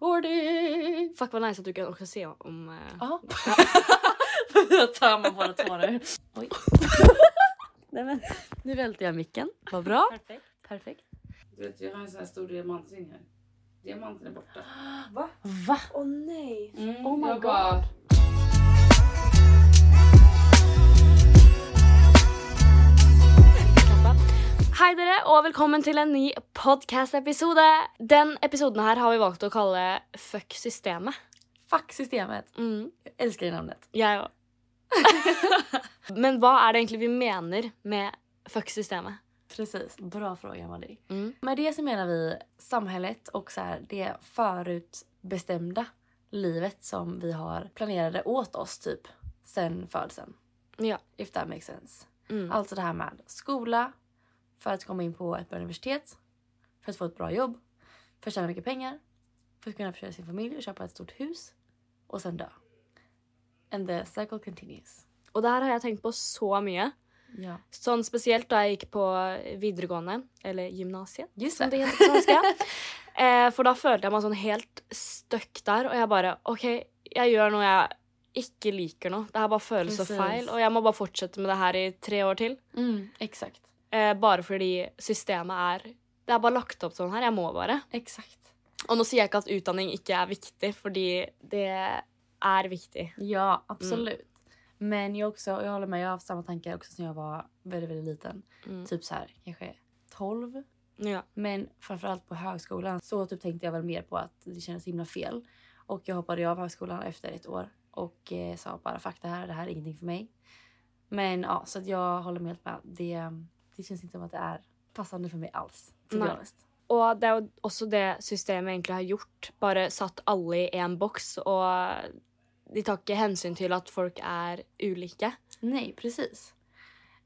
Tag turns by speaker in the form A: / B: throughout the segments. A: recording! Fuck vad nice att du kan också se om... eh,
B: Ja.
A: Jag tammar båda tårar. Oj. Nej, men, nu välte jag micken. Vad bra.
B: Perfekt.
A: Perfekt.
C: Du vet, jag har en sån här stor diamantring här. Diamanten är borta.
D: Va?
B: Va?
D: Åh nej.
C: Mm,
A: Oh my
C: jag
A: God.
C: bara-
A: Hei dere, og velkommen til en ny podcast-episode. Den episoden her har vi valgt å kalle Fuck systemet.
B: Fuck systemet.
A: Mm.
B: Jag älskar det namnet.
A: Jeg òg. Men hva er det egentlig vi mener med fuck systemet?
B: Precis. Bra fråga Maddie.
A: Mm.
B: Med det så menar vi samhället och så här, det förutbestämda livet som vi har planerade åt oss typ sen födseln.
A: Ja.
B: If that makes sense.
A: Mm.
B: Alltså det här med skola, för att komma in på ett bra universitet, för att få ett bra jobb, för att tjäna mycket pengar, för att kunna försörja sin familj och köpa ett stort hus och sen dö. And the cycle continues.
A: Og det her har jeg tenkt på så mye.
B: Ja,
A: Sånn spesielt da jeg gikk på videregående, eller gymnasiet.
B: just
A: som
B: det.
A: det heter på svenska. eh, for da følte jeg meg sånn helt stuck der, og jeg bare OK, jeg gjør noe jeg ikke liker nå. Det her bare føles så
B: Precis.
A: feil, og jeg må bare fortsette med det her i tre år til.
B: Mm, exakt.
A: Eh, bare fordi systemet er Det er bare lagt opp sånn her. Jeg må bare.
B: Exakt.
A: Og nå sier jeg ikke at utdanning ikke er viktig, fordi det er viktig.
B: Ja, absolut. Men jag också, jag håller med, jag har haft samma tankar också sen jag var väldigt, väldigt liten.
A: Mm.
B: Typ så här, kanske 12.
A: Ja.
B: Men framförallt på högskolan så typ tänkte jag väl mer på att det kändes himla fel. Och jag hoppade ju av högskolan efter ett år och eh, sa bara fuck det här, det här är ingenting för mig. Men ja, så att jag håller helt med. Det, det känns inte som att det är passande för mig alls. To be
A: Nej.
B: honest.
A: Og det er jo også det systemet egentlig har gjort. Bare satt alle i én boks, og de tar ikke hensyn til at folk er ulike.
B: Nej, precis.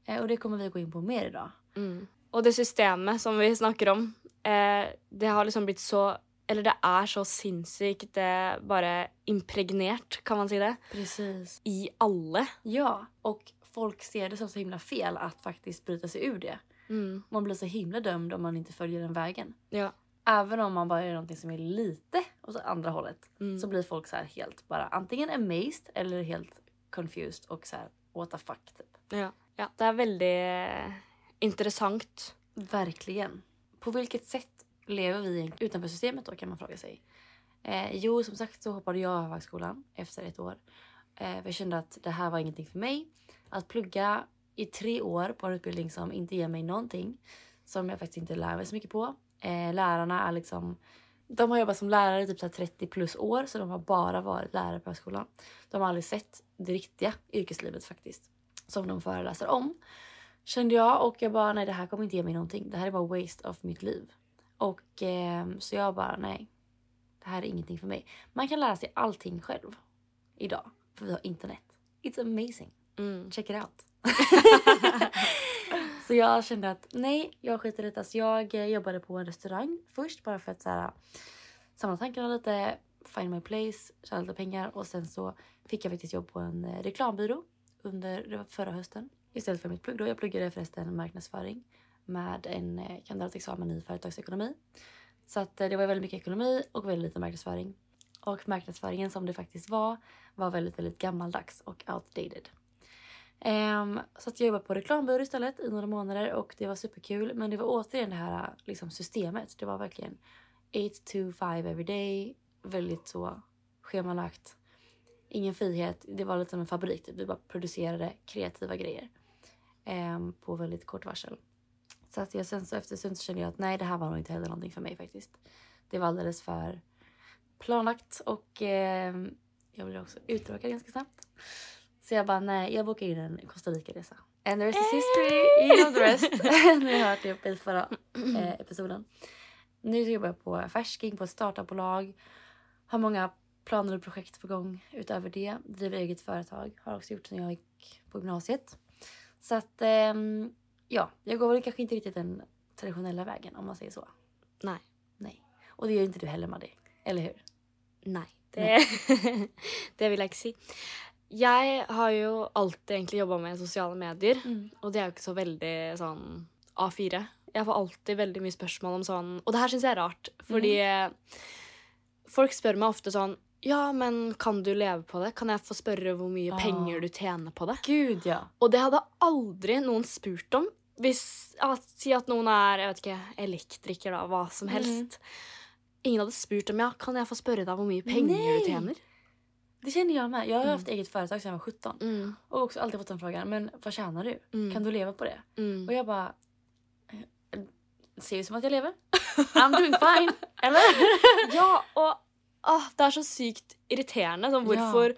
B: Eh, och det kommer vi gå in på mer idag.
A: Og Mm. det systemet som vi snakker om, eh, det har liksom blitt så Eller det er så sinnssykt det bare impregnert, kan man si det,
B: Precis.
A: i alle.
B: Ja, och folk ser det som så himla fel att faktiskt bryta sig ur det. Man blir så himla dömd om man inte följer den vägen.
A: Ja.
B: Även om man bara gör någonting som är lite åt andra hållet
A: Mm.
B: så blir folk så här helt bara antingen amazed eller helt confused och så här what the fuck typ.
A: ja. Ja, det er veldig eh, interessant.
B: Verkligen. På vilket sätt lever vi egentligen utanför systemet då kan man fråga sig. Eh, jo, som sagt så hoppade jag av högskolan efter ett år. Eh, jag kände att det här var ingenting för mig. Att plugga i tre år på en utbildning som inte ger mig någonting. Som jag faktiskt inte lär mig så mycket på. Eh, lärarna är liksom... De har jobbat som lärare i typ så här 30 plus år så de har bara varit lärare på högskolan. De har aldrig sett det riktiga yrkeslivet faktiskt. Som de föreläser om. Kände jag och jag bara nej det här kommer inte ge mig någonting. Det här är bara waste of mitt liv. Och eh, så jag bara nej. Det här är ingenting för mig. Man kan lära sig allting själv idag. För vi har internet. It's amazing.
A: Mm.
B: Check it out. så jag kände att nej, jag skiter i detta. Så jag eh, jobbade på en restaurang först bara för att så här, samla tankarna lite, find my place, tjäna lite pengar och sen så fick jag faktiskt jobb på en eh, reklambyrå under det var förra hösten istället för mitt plugg. Då. Jag pluggade förresten marknadsföring med en eh, kandidatexamen i företagsekonomi. Så att eh, det var väldigt mycket ekonomi och väldigt lite marknadsföring. Och marknadsföringen som det faktiskt var var väldigt, väldigt gammaldags och outdated. Ehm, så att jag jobbade på reklambyrå istället i några månader och det var superkul. Men det var återigen det här liksom, systemet. Det var verkligen 8 to 5 every day. Väldigt så schemalagt. Ingen frihet. Det var lite som en fabrik. Typ. Vi bara producerade kreativa grejer ehm, på väldigt kort varsel. Så att jag sen så efter stund så kände jag att nej, det här var nog inte heller någonting för mig faktiskt. Det var alldeles för planlagt och ehm, jag blev också uttråkad ganska snabbt. Så jag bara nej, jag bokar in en Costa Rica-resa. And the rest is history, you know the rest. Ni har hört det i förra eh, episoden. Nu så jobbar jag på Färsking, på ett startupbolag. Har många planer och projekt på gång utöver det. Driver eget företag. Har också gjort sen jag gick på gymnasiet. Så att ehm, ja, jag går väl kanske inte riktigt den traditionella vägen om man säger så.
A: Nej.
B: Nej. Och det gör inte du heller Maddie. Eller hur?
A: Nei. Det, det vil jeg ikke si. Jeg har jo alltid egentlig jobba med sosiale medier, og det er jo ikke så veldig sånn A4. Jeg får alltid veldig mye spørsmål om sånn Og det her syns jeg er rart, fordi eh, Folk spør meg ofte sånn Ja, men kan du leve på det? Kan jeg få spørre hvor mye
B: Ah.
A: penger du tjener på det?
B: Gud, ja.
A: Og det hadde aldri noen spurt om. Hvis at, Si at noen er jeg vet ikke, elektriker, da, hva som
B: Mm.
A: helst. Ingen hadde spurt om ja, kan jeg få spørre deg hvor mye penger
B: Nej.
A: du tjener.
B: Det känner jag med. Jag har
A: Mm.
B: haft eget företag sedan jag var 17
A: Mm,
B: och också alltid fått den frågan. Men vad tjänar du?
A: mm,
B: Kan du leva på det?
A: mm.
B: Och jag bara... eh, Det ser ut som att jag lever. I'm doing fine. Eller?
A: Ja, og ah, det er så sykt irriterende. Sånn,
B: Ja.
A: hvorfor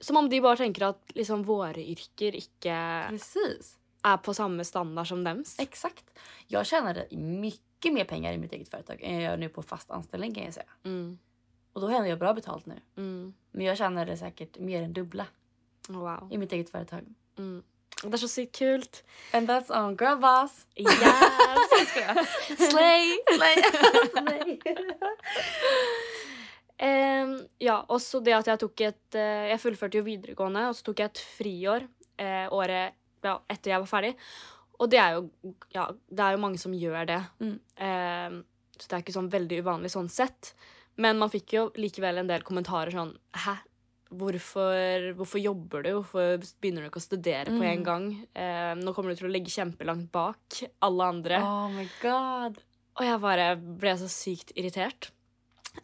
A: Som om de bare tenker at liksom, våre yrker ikke
B: Precis.
A: er på samme standard som dems.
B: Exakt. Jag tjänade mycket mer pengar i mitt eget företag än jag gör nu på fast anställning kan jag säga.
A: Mm,
B: Och då har jag bra betalt nu.
A: mm,
B: Men jag tjänade säkert mer än dubbla
A: wow.
B: i mitt eget företag.
A: Mm. Det er så sykt kult.
B: And that's on girl boss.
A: Yes! Slay! Em, Ehm, ja, også det at jeg tok et eh, Jeg fullførte jo videregående, og så tok jeg et friår eh, året ja, etter jeg var ferdig. Og det er jo, ja, det er jo mange som gjør det.
B: Mm.
A: Em, så det er ikke sånn veldig uvanlig sånn sett. Men man fikk jo likevel en del kommentarer sånn Hæ? Hvorfor, hvorfor jobber du? Hvorfor begynner du ikke å studere på en
B: Mm.
A: gang? Em, nå kommer du til å ligge kjempelangt bak alle andre.
B: oh my god.
A: Og jeg bare ble så sykt irritert.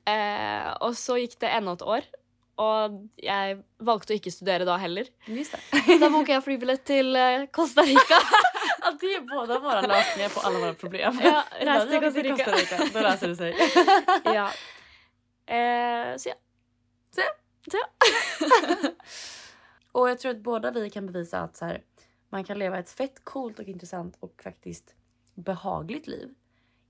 A: Eh, og så gikk det enda et år, og jeg valgte å ikke studere da heller.
B: Just det.
A: Så da boka jeg flybillett til eh, Costa Rica.
B: Ja, det är båda våra lösningar på alla våra problem.
A: Ja,
B: Bara,
A: reis til
B: "Ja,
A: Costa
B: det är
A: Rica.
B: Costa Rica. Då löser det sig.
A: Ja. Eh, så ja.
B: Och jag tror att båda vi kan bevisa att så här, man kan leva ett fett coolt och intressant och faktiskt behagligt liv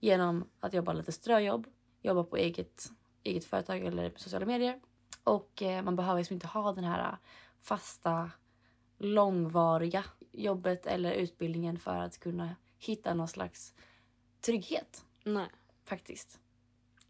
B: genom att jobba lite ströjobb, jobba på eget, eget företag eller på sociala medier. Och eh, man behöver liksom inte ha den här fasta, långvariga jobbet eller utbildningen för att kunna hitta någon slags trygghet
A: Nei.
B: faktiskt.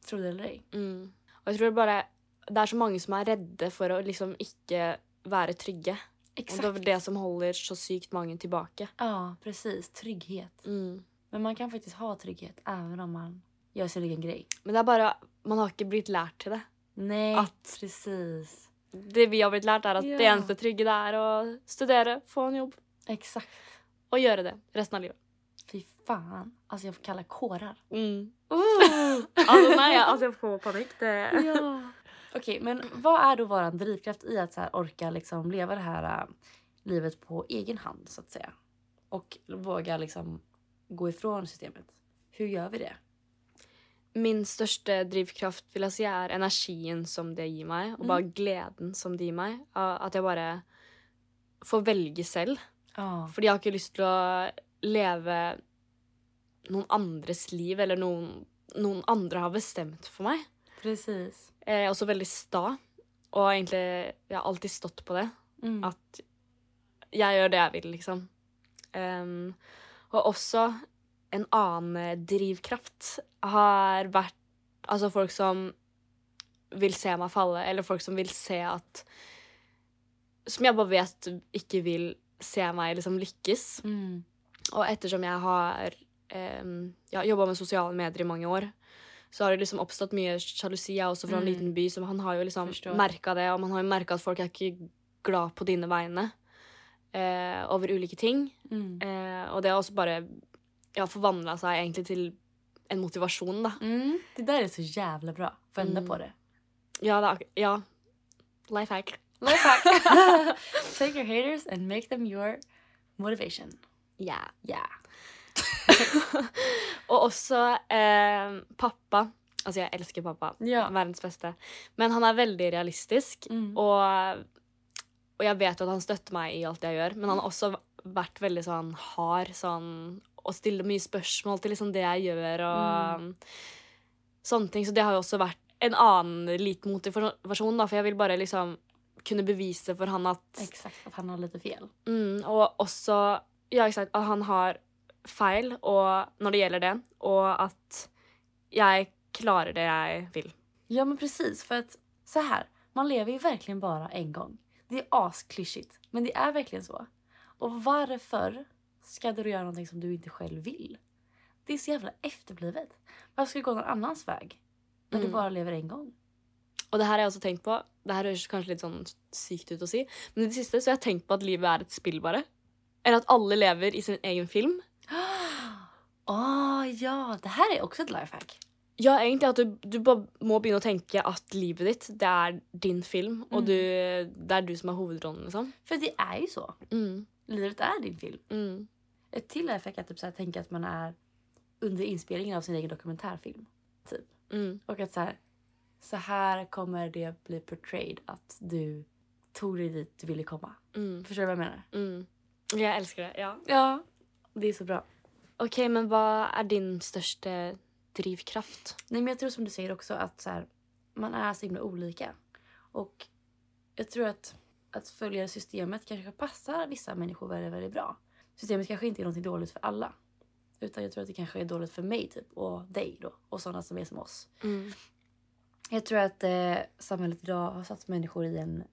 B: Tror det eller ej.
A: Mm. Og jeg tror bare det er så mange som er redde for å liksom ikke være trygge. Og det er det som holder så sykt mange tilbake.
B: Ja, precis. Trygghet.
A: Mm.
B: Men man kan faktiskt ha trygghet även om man gör sin egen grej.
A: Men det er bare Man har ikke blitt lært til det.
B: Nej,
A: Att-
B: precis.
A: Det vi har blitt lært, er at det
B: Ja.
A: eneste trygge det er å studere, få en jobb.
B: Exakt.
A: og gjøre det resten av livet.
B: Fy fan. Alltså jag får kalla kårar.
A: altså, nei, jeg- altså, jeg får panikk. Det...
B: Ja. Okej, men vad är då våran drivkraft i att så här orka liksom leva det här äh, livet på egen hand så att säga? Och våga liksom gå ifrån systemet. Hur gör vi det?
A: Min største drivkraft vil jeg si, er energien som det gir meg, og bare gleden som det gir meg. av At jeg bare får velge selv.
B: Ja,
A: Fordi jeg har ikke lyst til å leve noen andres liv, eller noen, noen andre har bestemt for meg.
B: precis.
A: Jeg er også veldig sta, og egentlig, jeg har alltid stått på det.
B: Mm.
A: at jeg gjør det jeg vil, liksom. Ehm, og også en annen eh, drivkraft har vært altså folk som vil se meg falle, eller folk som vil se at Som jeg bare vet ikke vil se meg liksom lykkes.
B: Mm.
A: Og ettersom jeg har um, ja, jobba med sosiale medier i mange år, så har det liksom oppstått mye sjalusi jeg er også fra en
B: Mm.
A: liten by. Så han har jo liksom
B: Forstår.
A: merka det, og man har jo merka at folk er ikke glad på dine vegne eh, over ulike ting.
B: Mm.
A: Eh, og det har også bare ja, forvandla seg egentlig til en motivasjon, da.
B: Mm. Det där är så jävla bra. Får ändra
A: Mm.
B: på det.
A: Ja, det er, ak- ja. Life hack.
B: Take your haters and make them your motivation.
A: Yeah.
B: Yeah.
A: Og også eh, pappa. Altså, jeg elsker pappa.
B: Ja.
A: Verdens beste. Men han er veldig realistisk.
B: Mm.
A: Og, og jeg vet jo at han støtter meg i alt jeg gjør, men han har også vært veldig sånn hard sånn, og stiller mye spørsmål til liksom det jeg gjør og sånne ting. Så det har jo også vært en annen liten motivasjon, da, for jeg vil bare liksom kunne bevise for han at
B: Exakt, att han har lite fel.
A: mm, Og også ja, ikke sant, at han har feil og, når det gjelder det, og at jeg klarer det jeg vil.
B: Ja men precis, för att så här, man lever ju verkligen bara en gång. Det är asklyschigt, men det är verkligen så. Och varför ska du då göra någonting som du inte själv vill? Det är så jävla efterblivet. Varför ska du gå någon annans väg? Men
A: Mm.
B: du bara lever en gång.
A: Og det her har jeg også tenkt på. Det her høres kanskje litt sånn sykt ut å si, men i det siste så har jeg tenkt på at livet er et spill, bare. Eller at alle lever i sin egen film.
B: Å Ah, ja, det her är också ett lifehack.
A: Ja, egentlig at du, du bare må begynne å tenke at livet ditt, det er din film, og
B: Mm.
A: du, det er du som er hovedrollen, liksom.
B: För det är ju så.
A: Mm.
B: Livet är din film.
A: Mm.
B: Ett till lifehack är typ så här, tänka att man är under inspelningen av sin egen dokumentärfilm.
A: Mm.
B: Och att så här, så här kommer det bli portrayed att du tog dig dit du ville komma.
A: Mm.
B: Förstår du vad jag menar?
A: Mm. Jeg elsker det. Ja.
B: Ja. Det är så bra.
A: OK, men hva er din største drivkraft?
B: Nej, men jag tror som du säger också att så här, man är så himla olika. Och jag tror att, att följa systemet kanske passar vissa människor väldigt, väldigt bra. Systemet kanske inte är något dåligt för alla. Utan jag tror att det kanske är dåligt för mig typ, och dig då. Och sådana som är som oss.
A: Mm,
B: Jag tror att eh, samhället idag har satt människor i en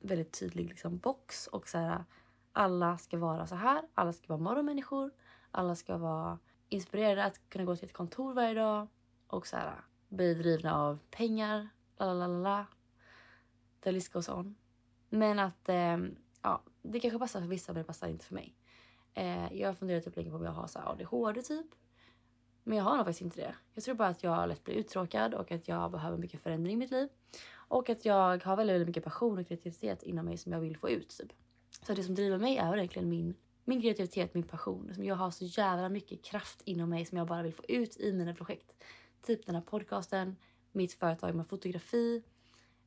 B: väldigt tydlig liksom, box. Och så här, alla ska vara så här. Alla ska vara morgonmänniskor. Alla ska vara inspirerade att kunna gå till ett kontor varje dag. Och så här, bli drivna av pengar. La, la, la, la, la. The list goes on. Men att eh, ja, det kanske passar för vissa men det passar inte för mig. Eh, jag funderar typ länge på om jag har så här ADHD typ. Men jag har nog faktiskt inte det. Jag tror bara att jag lätt blir uttråkad och att jag behöver mycket förändring i mitt liv. Och att jag har väldigt, väldigt mycket passion och kreativitet inom mig som jag vill få ut. Typ. Så det som driver mig är egentligen min, min kreativitet, min passion. Som jag har så jävla mycket kraft inom mig som jag bara vill få ut i mina projekt. Typ den här podcasten, mitt företag med fotografi,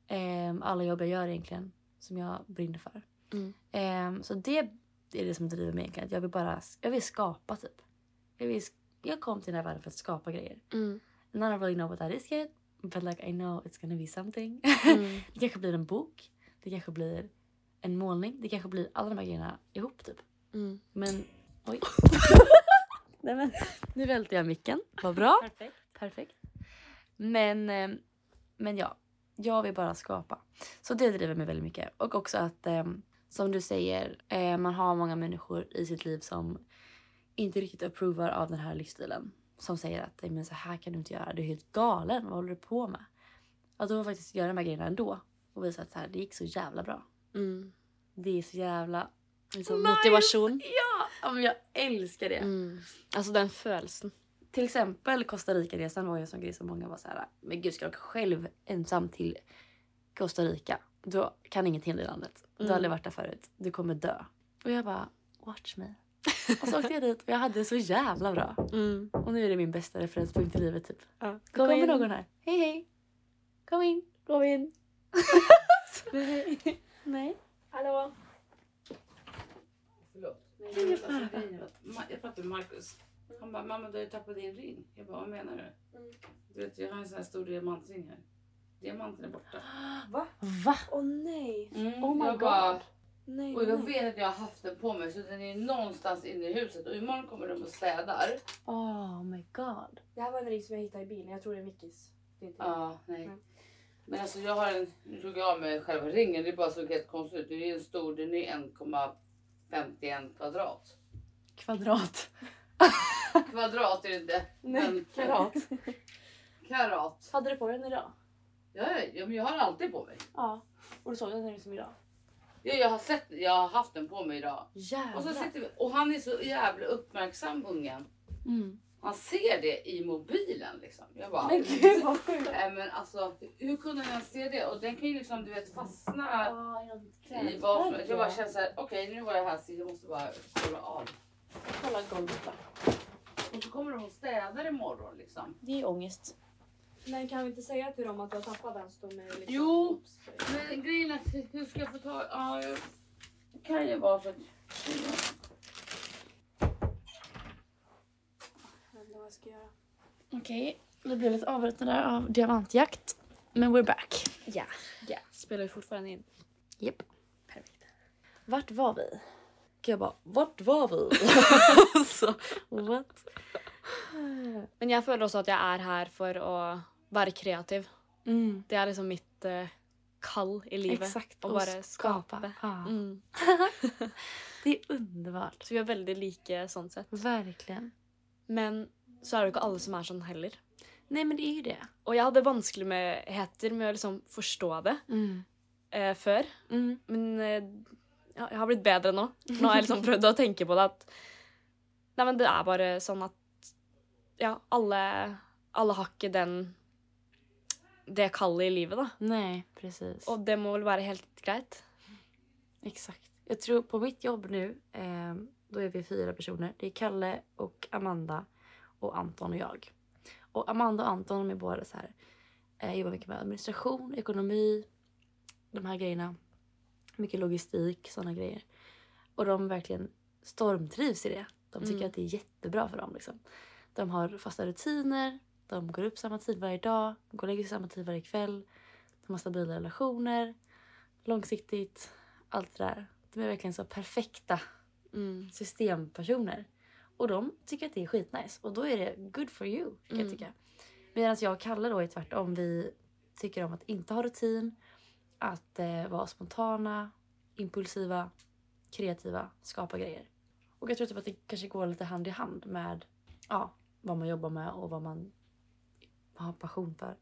B: ehm, alla jobb jag gör egentligen som jag brinner för.
A: Mm.
B: Ehm, så det är det som driver mig egentligen. Att jag vill bara jag vill skapa typ. Jag, vill, jag kom till den här världen för att skapa grejer.
A: mm,
B: And I don't really know what that is yet. But like I know it's gonna be something.
A: Mm.
B: det kanske blir en bok. Det kanske blir en målning. Det kanske blir alla de här grejerna ihop typ.
A: Mm.
B: Men oj. Nej, men, nu välte jag micken. Vad bra.
A: Perfekt.
B: Perfekt. Men, eh, men ja, jag vill bara skapa. Så det driver mig väldigt mycket. Och också att, eh, som du säger, eh, man har många människor i sitt liv som inte riktigt approvar av den här livsstilen. Som säger att "Nej, men så här kan du inte göra, du är helt galen, vad håller du på med? Att då faktiskt göra de här grejerna ändå och visa att så här, det gick så jävla bra.
A: Mm.
B: Det är så jävla...
A: Litt sånn
B: Nice!
A: motivasjon.
B: Ja! ja, men Jag älskar det.
A: Mm. Altså den følelsen.
B: Till exempel Costa Rica-resan var ju en sån grej som många var så här, men gud ska jag åka själv ensam till Costa Rica? Då kan ingenting hända i landet. Du har
A: Mm.
B: aldrig varit där förut. Du kommer dö. Och jag bara, watch me. Och så åkte jag dit och jeg hadde det så jävla bra.
A: Mm.
B: Och nu är det min bästa referenspunkt i livet typ.
A: Ja.
B: Det kommer någon här. Hej hej! Kom in!
A: Kom inn.
B: Nej.
A: Hallo.
C: Förlåt. Nej,
B: Ingen
C: men alltså,
B: fara.
C: grejen var att Ma- jag pratade med Markus. Han bara, mamma du har ju tappat din ring. Jag bara, vad menar du?
A: Mm.
C: Du vet, jag har en sån här stor diamantring här. Diamanten är borta.
A: Hva?
B: Va?
A: Å nei.
B: Oh my
C: jag bara,
A: Nei.
C: och jag vet att jag har haft den på mig så den är någonstans inne i huset och imorgon kommer de och städar.
B: Oh my god.
A: Det her var en ring som jeg hitta i bilen. Jeg tror det er Mikkis.
C: Ja, nej.
A: Mm.
C: Men alltså jag har en, nu tog jag av mig själva ringen, det bara såg helt konstigt ut. Det är ju en stor, den är 1,51 kvadrat.
B: Kvadrat.
C: Kvadrat är det inte. men- Karat.
A: Hadde dere på den i dag?
C: Ja, ja, ja, men jag har alltid på mig.
A: Ja. Og du så den liksom i dag?
C: Ja, jag har sett, jag har haft den på mig idag. Och, så
B: Jävlar.
C: sitter vi, och han är så jävla uppmärksam ungen.
B: Mm.
C: Han ser det i mobilen liksom. Jag bara,
A: Men gud, hva sjukt.
C: nej men alltså hur kunde han se det? Och den kan ju liksom du vet fastna.
A: Ah, jag
C: i vad som helst. Jag bara kände såhär, okej nu var jag här sist, jag måste bara kolla av.
A: Kolla golvet då.
C: Och så kommer de och städar imorgon liksom.
B: Det är ångest.
A: Men kan vi inte säga till dem att du har tappat den som är liksom...
C: Jo. Men grejen är, att hur ska jag få tag ja, jag... Det kan ju vara så att...
A: Jag vet inte vad jag ska göra.
B: Okej, vi blev lite avbrutna där av diamantjakt. Men we're back.
A: Ja. Spelar vi fortfarande in?
B: Japp. Perfekt. Vart var vi? Jag bara, vart var vi? så, what?
A: Men jag føler också att jag är här för att vara kreativ.
B: Mm.
A: Det är liksom mitt eh, kall i livet.
B: Exakt.
A: Och bara skapa.
B: Ja.
A: Mm.
B: Det är underbart.
A: Så vi är väldigt lika sånt sett.
B: Verkligen.
A: Men så är det inte alla som är sån heller.
B: Nej men det är ju det.
A: Og jeg hadde vanskeligheter med å liksom forstå det eh, før.
B: Mm.
A: Men eh, ja, jeg har blitt bedre nå. Nå har jeg liksom prøvd å tenke på det at Nei, men det er bare sånn at Ja, alle, alle har ikke den det kallet i livet, da.
B: Nej precis.
A: Og det må vel være helt greit.
B: Exakt. Jag tror på mitt jobb nu, eh, då är vi fyra personer. Det är Kalle och Amanda och Anton och jag. Och Amanda och Anton de är båda så här, eh, jobbar mycket med administration, ekonomi, de här grejerna. Mycket logistik, sådana grejer. Och de verkligen stormtrivs i det. De tycker
A: Mm.
B: att det är jättebra för dem. Liksom. De har fasta rutiner, de går upp samma tid varje dag, de går och lägger sig samma tid varje kväll. De har stabila relationer, långsiktigt, allt det där. De är verkligen så perfekta
A: Mm.
B: systempersoner. Och de tycker att det är skitnice. Och då är det good for you, kan jag
A: Mm.
B: tycka. Medan jag och Kalle då är tvärtom. Vi tycker om att inte ha rutin, att eh, vara spontana, impulsiva, kreativa, skapa grejer. Och jag tror typ att det kanske går lite hand i hand med ja, vad man jobbar med och vad man har passion för.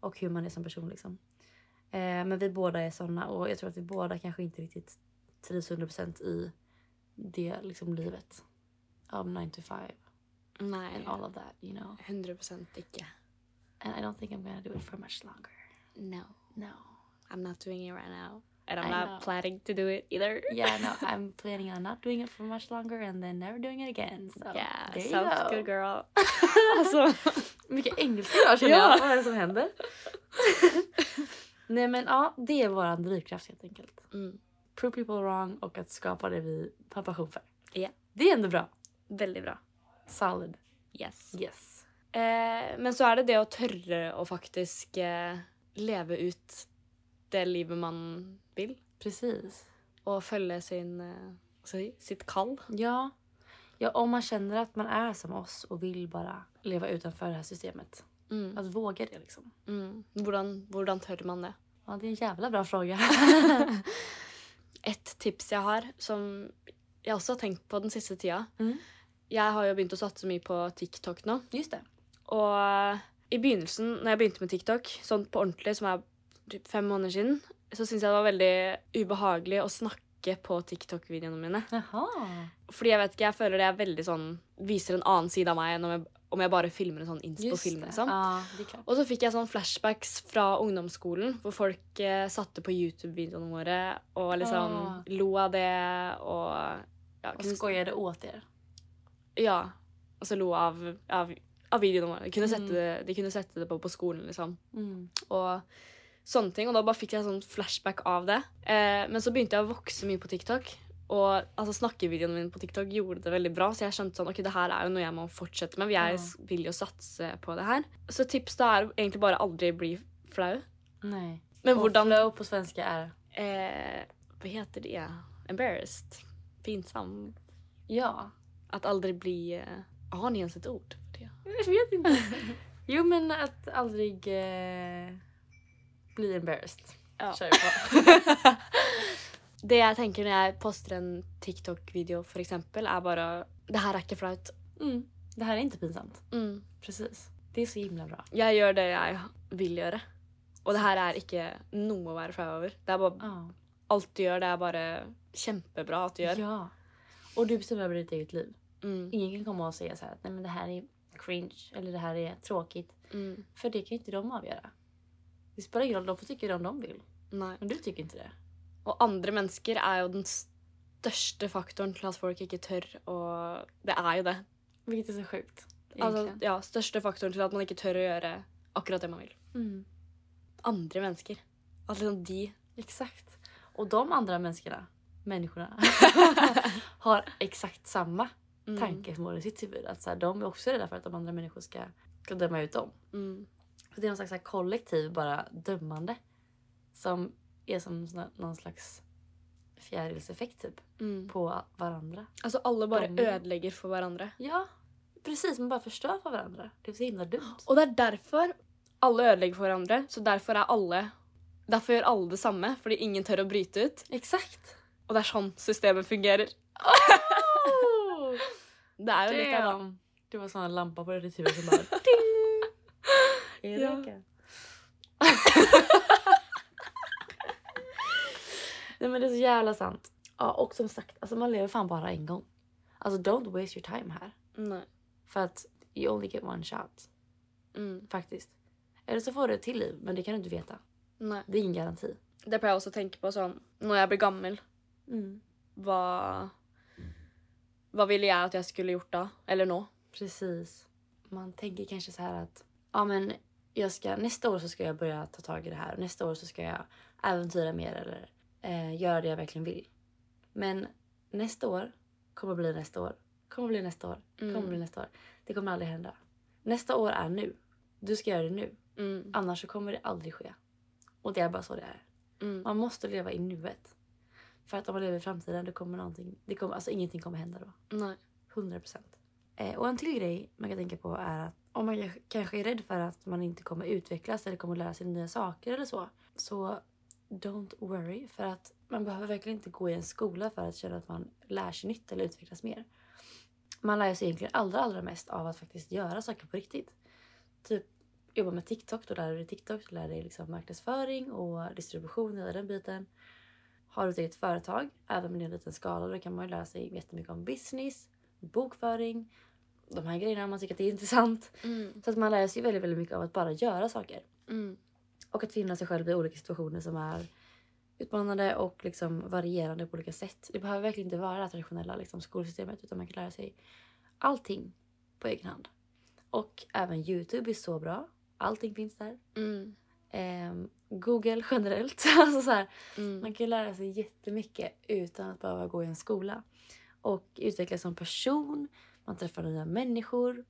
B: Och hur man är som person liksom. Eh, men vi båda är såna och jag tror att vi båda kanske inte riktigt trivs 100% i det liksom livet. Av 9 to 5
A: Nei.
B: and all of that you know.
A: 100 ikke.
B: And I don't think I'm gonna do it for much longer.
A: No.
B: No.
A: I'm not doing it right now. And
B: I
A: I'm
B: know.
A: not planning to do it either.
B: Yeah, no, I'm planning on not doing it for much longer and then never doing it again. So
A: yeah,
B: there you
A: sounds
B: go.
A: good girl. Alltså. altså,
B: Mycket engelska idag känner
A: Ja.
B: jag. Vad är det som händer? Nej men ja, det är vår drivkraft helt enkelt.
A: mm,
B: Prove people wrong och att skapa det vi har passion för.
A: Ja.
B: Det är ändå bra.
A: veldig bra.
B: Solid.
A: Yes.
B: Yes.
A: Eh, men så er det det å tørre å faktisk eh, leve ut det livet man vil,
B: Precis.
A: og følge sin, eh, hva skal jeg si, sitt kall.
B: Ja. ja, om man känner att man är som oss och vill bara leva utanför det här systemet.
A: Mm.
B: Att våga det liksom.
A: Mm. Hvordan, hvordan tør man det?
B: Ja, det är en jävla bra fråga.
A: Et tips jeg har, som jeg også har tenkt på den siste tida
B: Mm.
A: Jeg har jo begynt å satse mye på TikTok nå.
B: Just det.
A: Og i begynnelsen, når jeg begynte med TikTok, sånn på ordentlig, som er typ fem måneder siden, så syntes jeg det var veldig ubehagelig å snakke på TikTok-videoene mine.
B: Jaha.
A: Fordi jeg vet ikke, jeg føler det er veldig sånn Viser en annen side av meg enn om jag om jeg bare filmer en sånn inspo-film.
B: det.
A: liksom.
B: Ja, det är klart.
A: Og så fikk jeg sånn flashbacks fra ungdomsskolen, hvor folk eh, satte på YouTube-videoene våre og liksom
B: Ah.
A: lo av det och ja,
B: Och
A: kunne-
B: skojade åt er.
A: Ja. Og så lo av, av, av videoene våre. De kunne,
B: Mm.
A: sette det, de kunne sette det på på skolen, liksom.
B: Mm.
A: Og sånne ting. Og da bare fikk jeg sånn flashback av det. Eh, men så begynte jeg å vokse mye på TikTok. Og altså, snakkevideoene mine på TikTok gjorde det veldig bra. Så jeg skjønte sånn, ok, det her er jo noe jeg må fortsette med.
B: Ja.
A: Jeg s- vil jo satse på det her. Så tips da er egentlig bare aldri bli flau.
B: Nej.
A: Men
B: Och
A: hvordan
B: flow på svenska är...
A: eh, Hva heter det? Embarrassed. Pinsam.
B: Ja.
A: At aldri bli eh, Har ni ens et ord? for det?
B: Jag vet inte. jo, men att aldrig eh, bli embarrassed.
A: Ja.
B: Kör vi på.
A: Det jeg tenker når jeg poster en TikTok-video, for eksempel, er bare Det her er ikke flaut.
B: Mm. Det här är inte pinsamt.
A: Mm.
B: Precis. Det är så himla bra.
A: Jeg gjør det jeg vil gjøre. Og det her er ikke noe å være flau over. Det er bare,
B: Ja.
A: alt du gjør, det er bare kjempebra at du gjør.
B: ja. Og du bestämmer över ditt eget liv.
A: Mm.
B: Ingen kan komma och säga så här att nej men det här är cringe eller det här är tråkigt.
A: Mm.
B: För det kan ju inte de avgöra. Det spelar ingen roll, de får tycka det om de vill.
A: Nei.
B: Men du tycker inte det.
A: Og andre mennesker er jo den største faktoren til at folk ikke tør å Det er jo det.
B: Vilket är så sjukt.
A: Altså,
B: egentligen.
A: ja, største faktoren til at man ikke tør å gjøre akkurat det man vil.
B: mm.
A: Andre mennesker. At liksom de
B: Exakt. Och de andra människorna, människorna, har exakt samma
A: mm.
B: tankemål i sitt huvud. Att så här, de är också rädda för att de andra människor ska, ska döma ut dem.
A: Mm.
B: För det är någon slags så här kollektiv bara dömande. Som är som såna- någon slags fjärilseffekt typ.
A: Mm.
B: På varandra.
A: Altså, alle bare
B: Dommer.
A: ødelegger for hverandre.
B: Ja, precis. Man bara förstör för varandra. Det är så himla dumt.
A: Og det er derfor alle ødelegger for hverandre. Så derfor er alle Derfor gjør alle det samme, fordi ingen tør å bryte ut.
B: Exakt.
A: Og det er sånn systemet fungerer.
B: Oh,
A: Det er jo litt av det.
B: damn. Det var sån lampa på ditt huvud som bara... Är det
A: Ja.
B: röka? Nej men det är så jävla sant. Ja och som sagt, alltså man lever fan bara en gång. Alltså don't waste your time här.
A: Nej.
B: För att you only get one shot.
A: Mm.
B: Faktiskt. Eller så får du ett till liv, men det kan du inte veta.
A: Nej.
B: Det är ingen garanti.
A: Det får jag også tenke på sånn Når jeg blir gammel, hva Hva ville jeg at jeg skulle gjort da? Eller nå?
B: Precis. Man tänker kanske så här att ja, men jag ska, nästa år så ska jag börja ta tag i det här. och Nästa år så ska jag äventyra mer eller eh, göra det jag verkligen vill. Men nästa år kommer bli nästa år. Kommer bli nästa år. Kommer
A: Mm.
B: bli nästa år. Det kommer aldrig hända. Nästa år är nu. Du ska göra det nu.
A: Mm.
B: Annars så kommer det aldrig ske. Och det är bara så det är.
A: Mm.
B: Man måste leva i nuet. För att om man lever i framtiden, då kommer någonting... Det kommer, alltså ingenting kommer hända då.
A: Nei.
B: 100 procent. Eh, och en till grej man kan tänka på är att om man kanske är rädd för att man inte kommer utvecklas eller kommer lära sig nya saker eller så. Så don't worry för att man behöver verkligen inte gå i en skola för att känna att man lär sig nytt eller utvecklas mer. Man lär sig egentligen allra, allra mest av att faktiskt göra saker på riktigt. Typ jobba med TikTok, då lär du dig TikTok, då lär du dig liksom marknadsföring och distribution, hela den biten. Har du ett eget företag, även om det är en liten skala, då kan man ju lära sig jättemycket om business, bokföring, de här grejerna om man tycker att det är intressant.
A: Mm.
B: Så att man lär sig väldigt, väldigt mycket av att bara göra saker.
A: Mm.
B: Och att finna sig själv i olika situationer som är utmanande och liksom varierande på olika sätt. Det behöver verkligen inte vara det traditionella liksom, skolsystemet utan man kan lära sig allting på egen hand. Och även Youtube är så bra. Allting finns där.
A: Mm.
B: Ehm, Google generellt. alltså så här,
A: Mm.
B: man kan lära sig jättemycket utan att behöva gå i en skola. Och utvecklas som person, man träffar nya människor.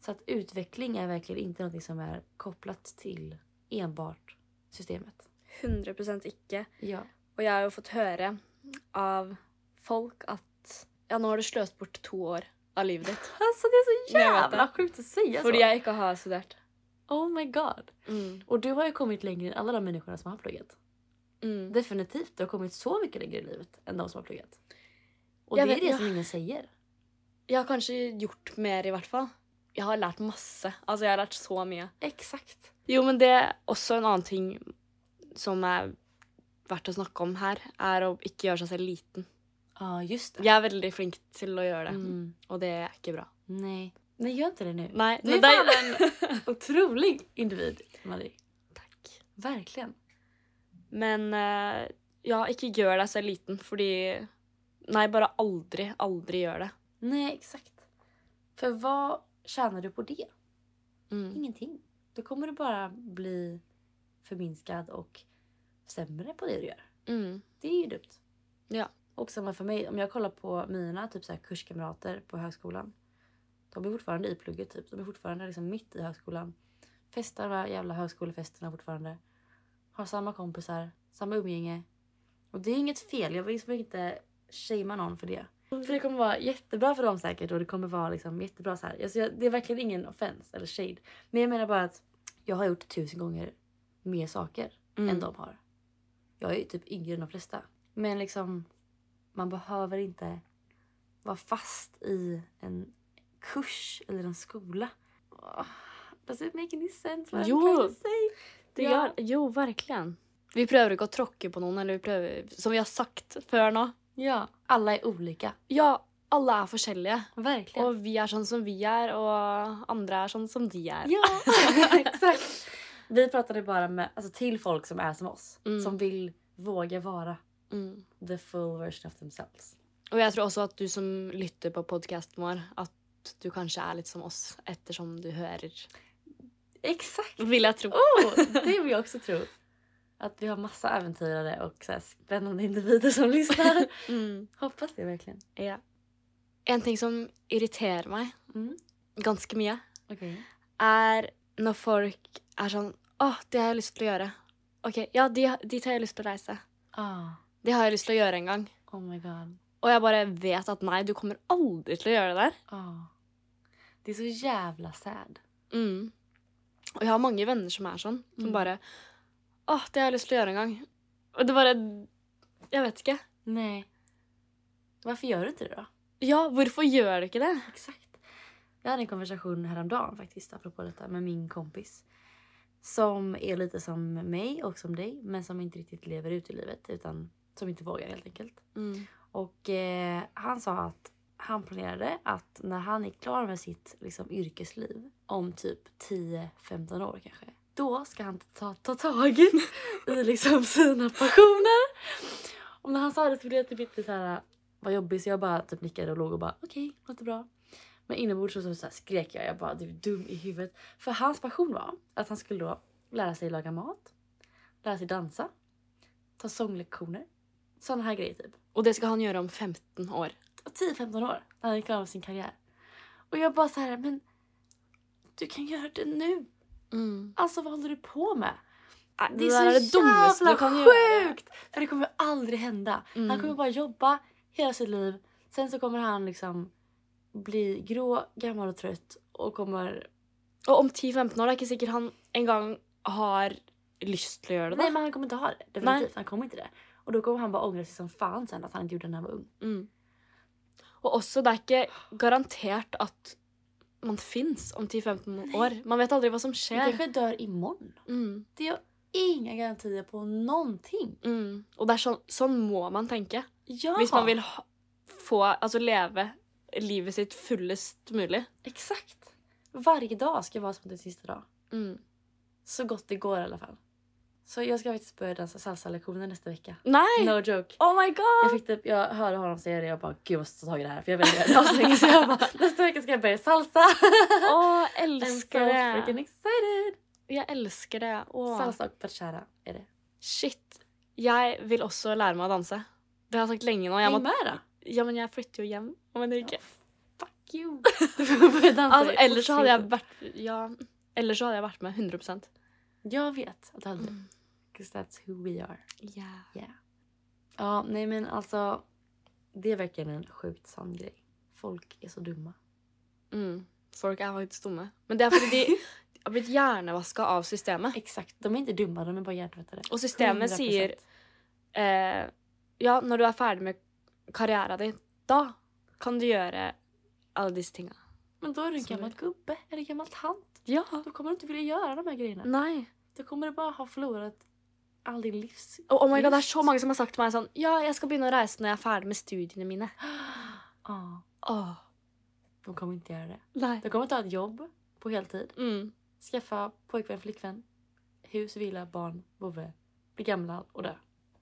B: Så att utveckling är verkligen inte något som är kopplat till enbart systemet.
A: 100 ikke.
B: Ja.
A: Og jeg har jo fått høre av folk at Ja, nå har du sløst bort to år av livet ditt
B: Alltså det är så
A: Nej, vänta.
B: jävla sjukt att säga
A: fordi
B: så.
A: jeg ikke har studert.
B: Oh my god.
A: Mm.
B: Och du har ju kommit längre än alla de människorna som har pluggat.
A: Mm.
B: Definitivt, du har kommit så mycket längre i livet än de som har pluggat. Och
A: Jag
B: det är
A: vet-
B: det
A: ja.
B: som ingen säger.
A: Jeg har kanskje gjort mer, i hvert fall. Jeg har lært masse. Altså, jeg har lært så mye.
B: Exakt.
A: Jo, men det er også en annen ting som er verdt å snakke om her, er å ikke gjøre seg selv liten.
B: Ja, just det.
A: Jeg er veldig flink til å gjøre det,
B: Mm.
A: og det er ikke bra.
B: Nej. Nej, gör inte det nu.
A: Nei,
B: Du
A: men
B: är
A: det
B: fan en otrolig individ, Marie.
A: Takk.
B: Verkligen.
A: Men eh, ja, ikke gjør deg selv liten, fordi Nei, bare aldri, aldri gjør det.
B: Nej, exakt. För vad tjänar du på det?
A: Mm.
B: Ingenting. Då kommer du bara bli förminskad och sämre på det du gör.
A: Mm.
B: Det är ju dumt.
A: Ja.
B: Och samma för mig. Om jag kollar på mina typ så här, kurskamrater på högskolan. De är fortfarande i plugget. Typ. De är fortfarande liksom mitt i högskolan. Festar de här jävla högskolefesterna fortfarande. Har samma kompisar, samma umgänge. Och det är inget fel. Jag vill liksom inte shamea någon för det. För det kommer vara jättebra för dem säkert och det kommer vara liksom jättebra så här. Alltså, jag, det är verkligen ingen offense eller shade. Men jag menar bara att jag har gjort tusen gånger mer saker
A: Mm.
B: än de har. Jag är ju typ yngre än de flesta. Men liksom, man behöver inte vara fast i en kurs eller en skola. Åh, Does it make any sense? what I'm
A: Jo.
B: trying to say?
A: Det
B: Ja.
A: gör, jo, verkligen. Vi prövar inte att tråcka på någon, eller vi prövar, som vi har sagt för nu.
B: Ja, alla är olika.
A: Ja, alla är olika.
B: Verkligen.
A: Och vi är sån som vi är och andra är sån som de är.
B: Ja, exakt. Vi pratade bara med, alltså, till folk som är som oss.
A: Mm.
B: Som vill våga vara
A: Mm.
B: the full version of themselves.
A: Och jag tror också att du som lyssnar på podcasten vår, att du kanske är lite som oss eftersom du hör.
B: Exakt.
A: Vill jag tro.
B: Oh, det vill jag också tro. Att vi har massa äventyrare och så här spännande individer som lyssnar.
A: Mm.
B: Hoppas det verkligen.
A: Ja. En ting som irriterar mig
B: Mm.
A: ganska mycket
B: Okej.
A: är när folk är sån, åh, det har jag lust att göra. Okej, ja, dit dit har jag lust att resa.
B: Ah,
A: Det har jeg lyst til å gjøre en gang.
B: oh my god.
A: Og jeg bare vet at nei, du kommer aldri til å gjøre det der.
B: Ah. Det är så jävla sad.
A: Mm. Og jeg har mange venner som er sånn, som
B: Mm.
A: bare Å, det har jeg lyst til å gjøre en gang. Og det bare Jeg vet ikke.
B: Nej. Varför gör du inte det då?
A: Ja, hvorfor gjør du ikke det?
B: Exakt. Jag hade en konversation häromdagen faktiskt, apropå detta, med min kompis. Som är lite som mig och som dig men som inte riktigt lever ut i livet utan som inte vågar helt enkelt.
A: Mm.
B: Och eh, han sa att han planerade att när han är klar med sitt liksom, yrkesliv om typ 10-15 år kanske. Då ska han ta, ta tag i liksom, sina passioner. Och när han sa det så blev jag typ lite så här, vad jobbigt så jag bara typ nickade och låg och bara okej, låter bra. Men inombords så, så, så här skrek jag, jag bara du är dum i huvudet. För hans passion var att han skulle då lära sig laga mat, lära sig dansa, ta sånglektioner, sådana här grejer typ.
A: Och det ska han göra om 15 år.
B: 10-15 år när han är klar med sin karriär. Och jag bara så här, men du kan göra det nu.
A: Mm.
B: Alltså vad håller du på med?
A: Ah,
B: Det är så jävla sjukt! För det kommer ju aldrig hända.
A: Mm.
B: Han kommer bara jobba hela sitt liv. Sen så kommer han liksom bli grå, gammal och trött och kommer...
A: Och om 10-15 år, det er ikke sikkert han engang har lyst til å gjøre det.
B: Nej
A: da.
B: men han kommer inte ha det. Definitivt. Han kommer inte det. Och då kommer han bara ångra sig som fan sen att han inte gjorde det när han var ung.
A: Mm. Och också, det är inte garanterat att man finns om 10-15 år. Man vet aldrig vad som
B: Han
A: sker.
B: kanske dör imorgon.
A: Mm.
B: Det är inga garantier på någonting.
A: Mm. Och det är så, sån må man tänka.
B: Ja!
A: Om man vill ha, få, alltså leva livet sitt fullest möjligt.
B: Exakt. Varje dag ska vara som den sista dag.
A: Mm.
B: Så gott det går i alla fall. Så jag ska faktiskt börja dansa salsa-lektioner nästa vecka.
A: Nej!
B: No joke.
A: Oh my god!
B: Jag, fick typ, jag hörde honom säga det jag bara gud jag måste ta tag i det här för jag vill göra det avslänge. Så jag bara nästa vecka ska jag börja salsa.
A: Åh,
B: I'm so
A: älskar
B: freaking
A: det!
B: excited.
A: Jag älskar det. Åh.
B: Salsa och bachata är det.
A: Shit. Jag vill också lära mig att dansa. Det har jag sagt länge nu. Jag
B: Häng
A: må
B: med då.
A: Ja, men jag flyttar ju hem om en vecka.
B: Fuck you. Du får börja dansa.
A: Alltså,
B: i
A: eller så hade jag
B: Oslofjorden.
A: varit... Ja, eller så hade jag varit med 100 procent.
B: Jag vet att du hade
A: Mm,
B: det. 'Cause that's who we are.
A: Yeah.
B: Ja, nej men alltså. Det är verkligen en sjukt sann grej. Folk är så dumma.
A: Mm. Folk är faktiskt dumma. Men det är för att de har blivit hjärnvaskade av systemet.
B: Exakt, de är inte dumma, de är bara hjärntvättade.
A: Och systemet
B: 100%.
A: säger eh, ja, när du är färdig med karriären din, då kan du göra alla dessa ting.
B: Men då är du en
A: Så
B: gammal gubbe eller en gammal tant.
A: Ja.
B: Då kommer du inte vilja göra de här grejerna.
A: Nej.
B: Då kommer du bara ha förlorat all din livs...
A: Och oh my god, det är så
B: Just.
A: många som har sagt till mig sån, ja, jag ska börja resa när jag är färdig med studierna mina.
B: Ja,
A: Åh,
B: de kommer inte göra det.
A: nej.
B: De kommer ta ett jobb på heltid.
A: Mm.
B: Skaffa pojkvän, flickvän. Hus, villa, barn, vovve. Bli gamla och dö.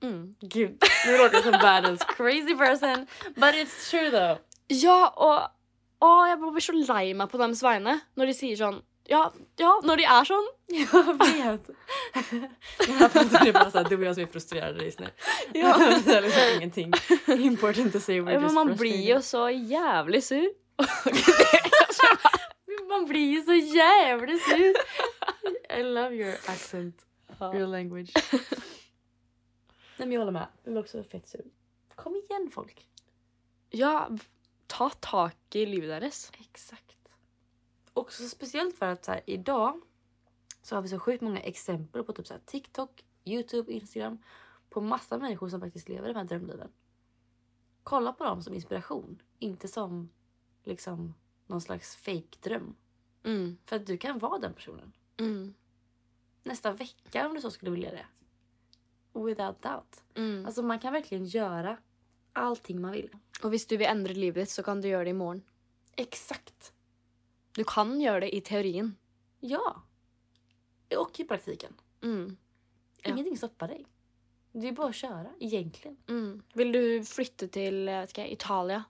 A: Mm.
B: Gud, nu låter jag som världens crazy person. But it's true though.
A: Ja, och å, jag blir så lei meg på dems vegne när de säger sånn Ja, ja, när de är sånn.
B: Jag vet. Den här podden är bara såhär, du och jag som är frustrerade just nu.
A: Ja.
B: det är liksom ingenting important to say. We're
A: Men
B: just
A: man
B: frustrated.
A: blir ju så jävlig sur.
B: Man blir ju så jävla sur. I love your accent.
A: Ja.
B: Your language. Nej men jag håller med. Jag blir också fett sur. Kom igen folk.
A: ta tak i livet deres.
B: Exakt. Också speciellt för att så här, idag så har vi så sjukt många exempel på typ så här, TikTok, Youtube, Instagram. På massa människor som faktiskt lever de här drömliven. Kolla på dem som inspiration. Inte som liksom någon slags fake dröm.
A: Mm,
B: För att du kan vara den personen.
A: mm,
B: nästa vecka om du så skulle vilja det. Without doubt.
A: mm.
B: Alltså man kan verkligen göra allting man vill.
A: Och hvis du vill ändra livet ditt, så kan du göra det i morgen.
B: Exakt.
A: Du kan göra det i teorin.
B: Ja. Och i praktiken.
A: Mm, Ja.
B: Ingenting stoppar dig. Det är bara att köra egentligen.
A: mm. Vill du flytta till jag vet ikke, Italia?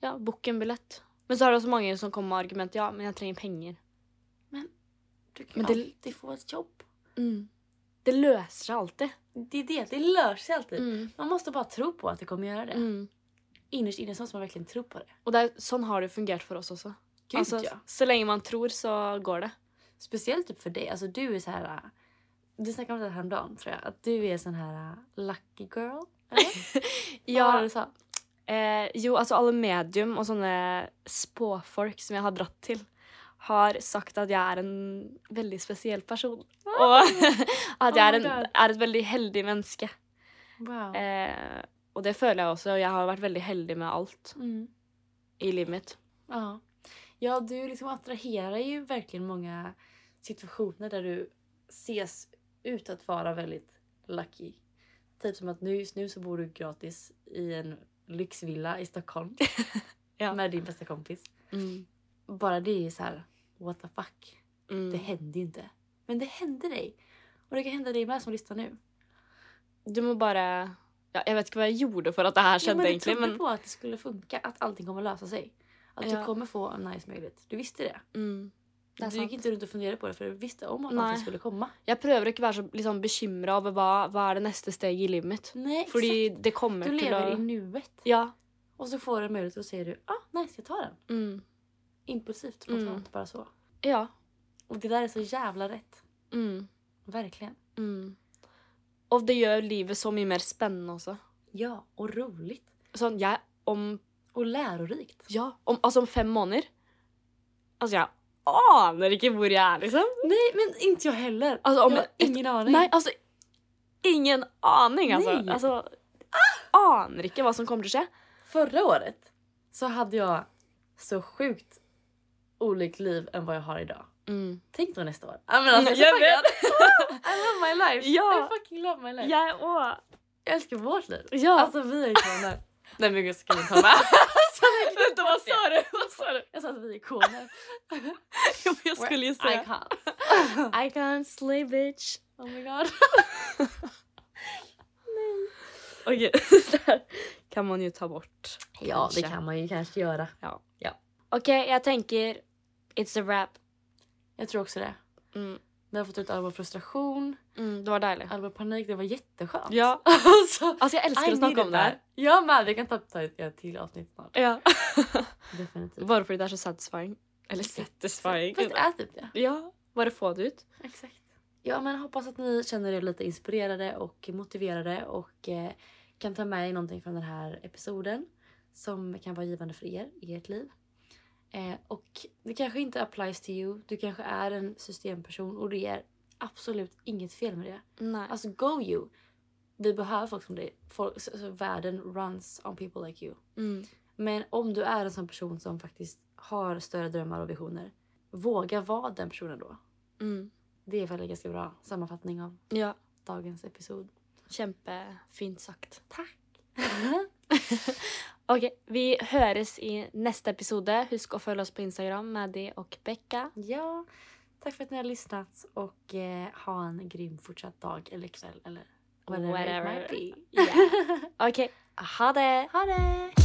A: Ja, book en biljett. Men så har det också många som kommer med argument. Ja, men jag tränger pengar.
B: Du kan
A: Men
B: Men
A: det-
B: det... alltid få ett jobb.
A: Mm. Det löser sig alltid.
B: Det är det, det löser sig alltid.
A: Mm.
B: Man måste bara tro på att det kommer göra det.
A: Mm.
B: Innerst inne så måste man verkligen tro på det.
A: Och det, sånn har det fungerat för oss också.
B: Gud
A: alltså,
B: ja.
A: Så länge man tror så går det.
B: Speciellt typ för dig. Alltså du är så här. äh, Du snackade om det här häromdagen tror jag. Att du är sån här äh, lucky girl. Eller? Vad var det
A: Ja,
B: du sa?
A: eh, jo, alltså alla medium och sådana spåfolk som jag har dratt till har sagt att jag är en väldigt speciell person.
B: Ah.
A: Och att jag är, en,
B: Oh my God.
A: är ett väldigt heldig människa.
B: Wow.
A: Eh, och det följer jag också. och Jag har varit väldigt heldig med allt
B: Mm.
A: i livet mitt.
B: Ja. ja, du liksom attraherar ju verkligen många situationer där du ses ut att vara väldigt lucky. Typ som att nu, just nu så bor du gratis i en lyxvilla i Stockholm
A: Ja.
B: med din bästa kompis.
A: Mm.
B: Bara det är ju så här, what the fuck.
A: Mm.
B: Det hände ju inte. Men det hände dig. Och det kan hända dig med som lyssnar nu.
A: Du må bara... Ja, jag vet inte vad jag gjorde för att det här
B: Ja, men
A: skedde
B: du
A: egentligen.
B: trodde
A: Men...
B: på att det skulle funka, att allting kommer lösa sig. Att
A: Ja.
B: du kommer få en nice möjlighet. Du visste det.
A: Mm. Det är
B: Du gick
A: sant.
B: inte runt och funderade på det för du visste om att
A: Nej.
B: allting skulle komma.
A: Jag prøver ikke å være så liksom, bekymra over hva, hva er det neste steget i livet mitt.
B: Nej,
A: Fordi
B: exakt.
A: det kommer
B: Du
A: til å
B: lever i nuet.
A: Ja.
B: Och så får du en möjlighet och säger du ah, nice, jag tar den.
A: Mm.
B: Impulsivt, spontant, bara så.
A: Ja.
B: Och det där är så jävla rätt.
A: Mm.
B: Verkligen.
A: Mm. Og det gjør livet så mye mer spennende også.
B: Ja, och roligt.
A: Sånn, jeg om
B: Och lärorikt.
A: Ja, om, altså om fem måneder Altså, jeg aner ikke hvor jeg er, liksom.
B: Nej, men inte jag heller.
A: Altså, om
B: jag har ingen aning.
A: Nei, altså Ingen aning, altså.
B: Nei.
A: altså aner ikke hva som kommer til å skje.
B: Förra året så hade jag så sjukt olikt liv än vad jag har idag.
A: Mm.
B: Tänk då nästa år. Ja, men alltså, jag är så
A: Jag
B: taggad.
A: vet!
B: I love my life!
A: Ja.
B: I fucking love my life!
A: Jeg òg.
B: Jag älskar vårt liv.
A: Ja.
B: Alltså vi är ikoner. Nej men gud ska vi komma?
A: Vänta, vad sa du? Vad sa du?
B: Jag sa att vi är ikoner.
A: Jo, men Jag skulle ju säga
B: Icons.
A: Icon slay bitch.
B: Oh my god.
A: Okej, det här kan man ju ta bort.
B: Ja det kan man ju kanske göra.
A: Okej, jag tänker it's a wrap.
B: Jag tror också det.
A: Mm.
B: Vi har fått ut all vår frustration,
A: Mm, det var dejligt.
B: all vår panik. Det var jätteskönt.
A: Ja,
B: Alltså,
A: alltså jag älskar
B: I
A: att snacka
B: needed
A: om det här.
B: that. Jag med. Vi kan ta ta ett ett till avsnitt snart.
A: Ja.
B: Definitivt.
A: Bara för det är så satisfying. Eller satisfying.
B: Fast det är typ det.
A: Ja, bara få det ut.
B: Exakt. Ja men hoppas att ni känner er lite inspirerade och motiverade och eh, kan ta med er någonting från den här episoden som kan vara givande för er i ert liv. Eh, och det kanske inte applies to you. Du kanske är en systemperson och det är absolut inget fel med det.
A: Nej.
B: Alltså go you! Vi behöver folk som dig. Folk, så, så världen runs on people like you.
A: Mm.
B: Men om du är en sån person som faktiskt har större drömmar och visioner, våga vara den personen då.
A: Mm.
B: Det är väl en ganska bra sammanfattning av
A: Ja,
B: dagens episod.
A: kämpefint sagt.
B: Tack!
A: Okej, vi hörs i nästa episode. Husk att följa oss på Instagram, Maddie och Becka.
B: ja, tack för att ni har lyssnat och eh, ha en grym fortsatt dag eller kväll eller whatever,
A: Whatever.
B: it might be.
A: Yeah. Okej, ha det!
B: Ha det!